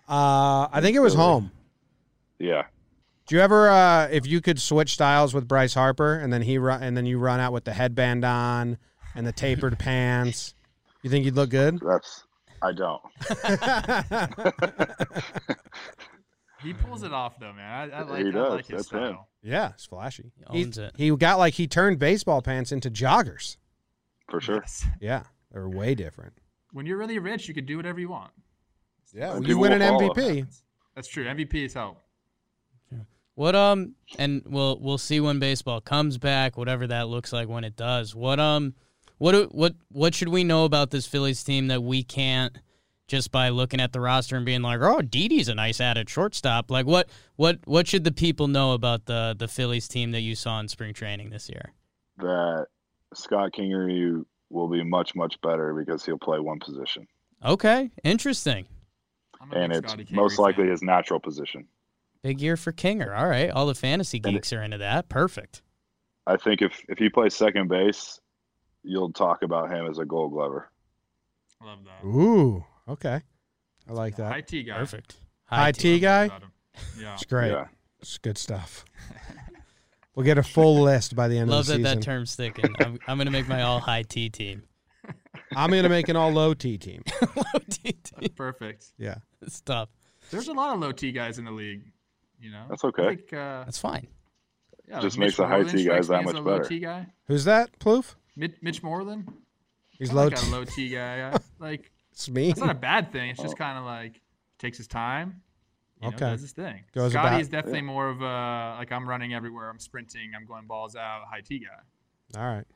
C: Uh, I think it was
B: Philly.
C: home.
B: Yeah,
C: Do you ever, uh, if you could switch styles with Bryce Harper, and then he run, and then you run out with the headband on and the tapered pants, you think you'd look good?
B: that's. I don't.
D: he pulls it off though, man. I, I like.
B: He
D: I like
B: does.
D: his
B: That's him.
D: style.
C: yeah, it's flashy.
A: He
C: He,
A: owns it.
C: he got like he turned baseball pants into joggers.
B: For sure.
D: Yes.
C: Yeah, they're way different.
D: When you're really rich, you can do whatever you want.
C: Yeah,
B: And
C: you
B: people
C: win an
B: will follow.
C: MVP.
D: That's true. MVP is out.
A: What um and we'll we'll see when baseball comes back, whatever that looks like when it does. What um what do- what what should we know about this Phillies team that we can't just by looking at the roster and being like, "Oh, Didi's a nice added shortstop." Like what what what should the people know about the the Phillies team that you saw in spring training this year?
B: That Scott Kingery will be much much better because he'll play one position.
A: Okay, interesting.
D: I'm a
B: and
D: big
B: it's
D: Scotty Kingery
B: most likely
D: fan.
B: his natural position.
A: Big year for Kinger. All right, all the fantasy
B: And-
A: geeks are into that. Perfect.
B: I think if if he plays second base, you'll talk about him as a Gold Glover.
D: Love that.
C: Ooh, okay, I like that.
D: High T guy.
A: Perfect.
C: High
A: T.
C: tea guy.
D: About him. Yeah.
C: It's great.
B: Yeah.
C: It's good stuff. We'll get a full list by the end
A: Love
C: of the
A: that
C: season.
A: that term's sticking. I'm, I'm gonna make my all high T team.
C: I'm going to make an all low T team.
A: Low T team.
D: Perfect.
C: Yeah.
A: It's tough.
D: There's a lot of low T guys in the league. You know.
B: That's
D: I
B: okay.
D: think, uh,
A: That's fine.
D: yeah,
B: Just
D: Mitch
B: makes the high
D: Moreland
B: T guys
D: strikes
B: that
D: me as
B: much
D: a low
B: better.
D: T guy.
C: Who's that, Ploof?
D: Mitch, Mitch Moreland.
C: He's
D: I
C: low
D: like
C: T.
D: a low T guy. I- like
C: It's me.
D: it's not a bad thing. It's just
B: Oh.
D: kind of like takes his time. You
C: Okay.
D: Know, does his thing.
C: Goes
D: Scotty
C: about-
D: is definitely more of a like I'm running everywhere. I'm sprinting. I'm going balls out. High T guy.
C: All right.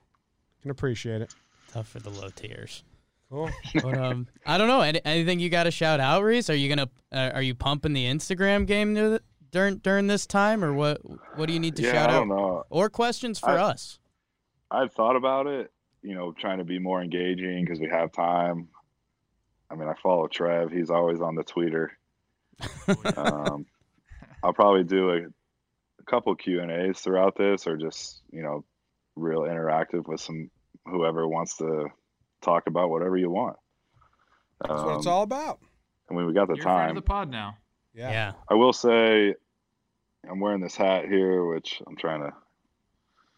C: Can appreciate it.
A: Tough for the low tiers.
C: Cool.
A: But um, I don't know. Any, anything you got to shout out, Reese? Are you gonna uh, are you pumping the Instagram game near the, during during this time, or what? What do you need to
B: yeah,
A: shout
B: I
A: out?
B: don't know.
A: Or questions for
B: I-
A: us?
B: I thought about it, you know, trying to be more engaging because we have time. I mean, I follow Trev; he's always on the Twitter. Um, I'll probably do a, a couple Q and A's throughout this, or just you know, real interactive with some whoever wants to talk about whatever you want.
C: That's what it's
B: Um,
C: all about.
B: I mean, we got the
D: You're a friend
B: time.
D: of the pod now.
A: Yeah.
C: Yeah.
B: I will say, I'm wearing this hat here, which I'm trying to.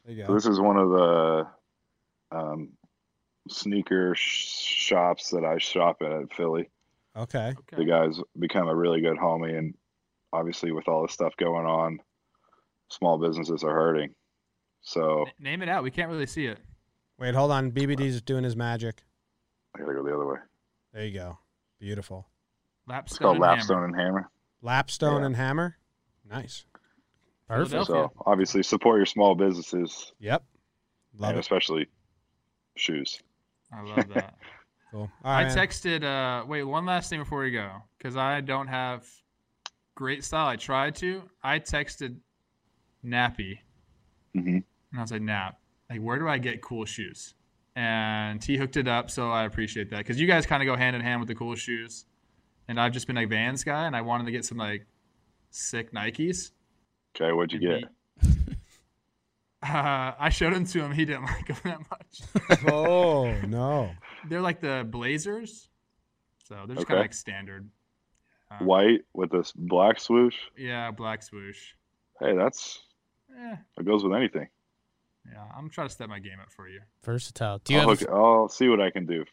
C: There you
B: so
C: go.
B: This is one of the um, sneaker sh- shops that I shop at at Philly.
C: Okay.
D: Okay.
B: The guy's become a really good homie, and obviously, with all this stuff going on, small businesses are hurting. So
D: N- Name it out. We can't really see it.
C: Wait, hold on. BBD's doing his magic.
B: I gotta go the other way.
C: There you go. Beautiful.
B: It's
D: Lapstone.
B: called
D: and Hammer.
B: Lapstone and Hammer.
C: Lapstone
B: Yeah.
C: and hammer. Nice.
A: Perfect.
D: Philadelphia.
B: So obviously, support your small businesses,
C: Yep. Love
B: and
C: it.
B: especially shoes.
D: I love that.
C: Cool. All right.
D: I
C: man.
D: texted. Uh, wait, one last thing before we go, because I don't have great style. I tried to. I texted Nappy
A: Mm-hmm.
B: Mhm.
D: And I was like, nah, like, where do I get cool shoes? And he hooked it up. So I appreciate that because you guys kind of go hand in hand with the cool shoes. And I've just been a Vans guy and I wanted to get some like sick Nikes.
B: Okay, what'd you
D: And
B: get?
D: he- Uh, I showed them to him. He didn't like them that much.
C: oh no.
D: They're like the Blazers. So they're just
B: Okay.
D: kind of like standard. Um,
B: White with this black swoosh.
D: Yeah, black swoosh.
B: Hey, that's
D: Yeah,
B: it goes with anything.
D: yeah. I'm trying to step my game up for you.
A: Versatile. Do you
B: I'll,
A: have
B: hook, I'll see what I can do.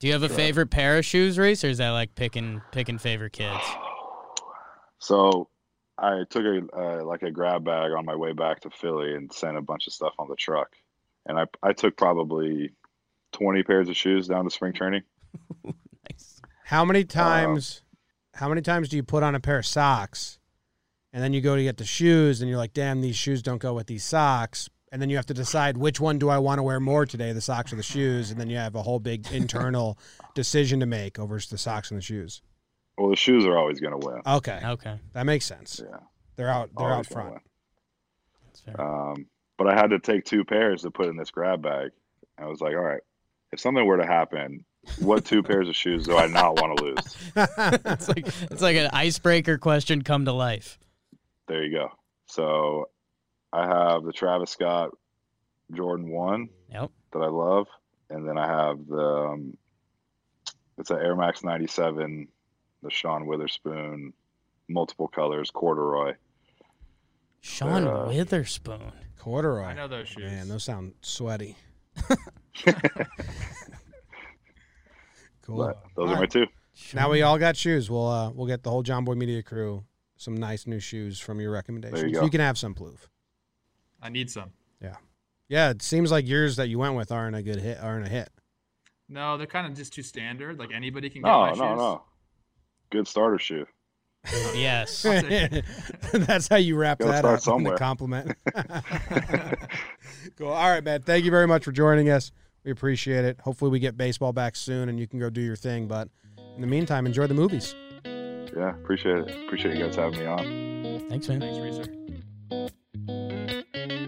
A: do you have a favorite pair of shoes, Reese, or is that like picking picking favorite kids?
B: So I took a uh, like a grab bag on my way back to Philly and sent a bunch of stuff on the truck, and I I took probably twenty pairs of shoes down to spring training.
A: Nice.
C: How
B: Uh,
C: many times? how many times do you put on a pair of socks, and then you go to get the shoes, and you're like, "Damn, these shoes don't go with these socks." And then you have to decide which one do I want to wear more today, the socks or the shoes, and then you have a whole big internal decision to make over the socks and the shoes.
B: Well, the shoes are always going to win.
C: Okay,
A: Okay,
C: that makes sense.
B: Yeah,
C: They're out. They're out
B: always Oh, gonna
C: front.
A: that's fair.
B: win. Um, but I had to take two pairs to put in this grab bag. I was like, all right, if something were to happen, what two pairs of shoes do I not want to lose?
A: it's like it's like an icebreaker question come to life.
B: There you go. So I have the Travis Scott Jordan one
A: Yep.
B: that I love, and then I have the um, it's an Air Max '97, the Sean Witherspoon, multiple colors corduroy.
A: Sean
B: Uh,
A: Witherspoon.
C: Corduroy. Oh,
D: I know those shoes.
C: Man, those sound sweaty. cool.
B: But those
C: All
B: are my
C: right.
B: two.
C: Now we all got shoes. We'll uh, we'll get the whole John Boy Media crew some nice new shoes from your recommendations.
B: go.
C: can have some Plouf.
D: I need some.
C: Yeah, it seems like yours that you went with aren't a good hit. Aren't a hit.
D: No, they're kind of just too standard. Like anybody can get
B: No,
D: my
B: no,
D: shoes.
B: no. Good starter shoe.
A: yes.
D: I'll take
C: That's how you wrap
B: Gotta
C: that
B: start
C: up. in
B: somewhere.
C: A compliment. cool. All right, man. Thank you very much for joining us. We appreciate it. Hopefully, we get baseball back soon, and you can go do your thing. But in the meantime, enjoy the movies.
B: Yeah, appreciate it. Appreciate you guys having me on.
A: Thanks, man.
D: Thanks, Reeser.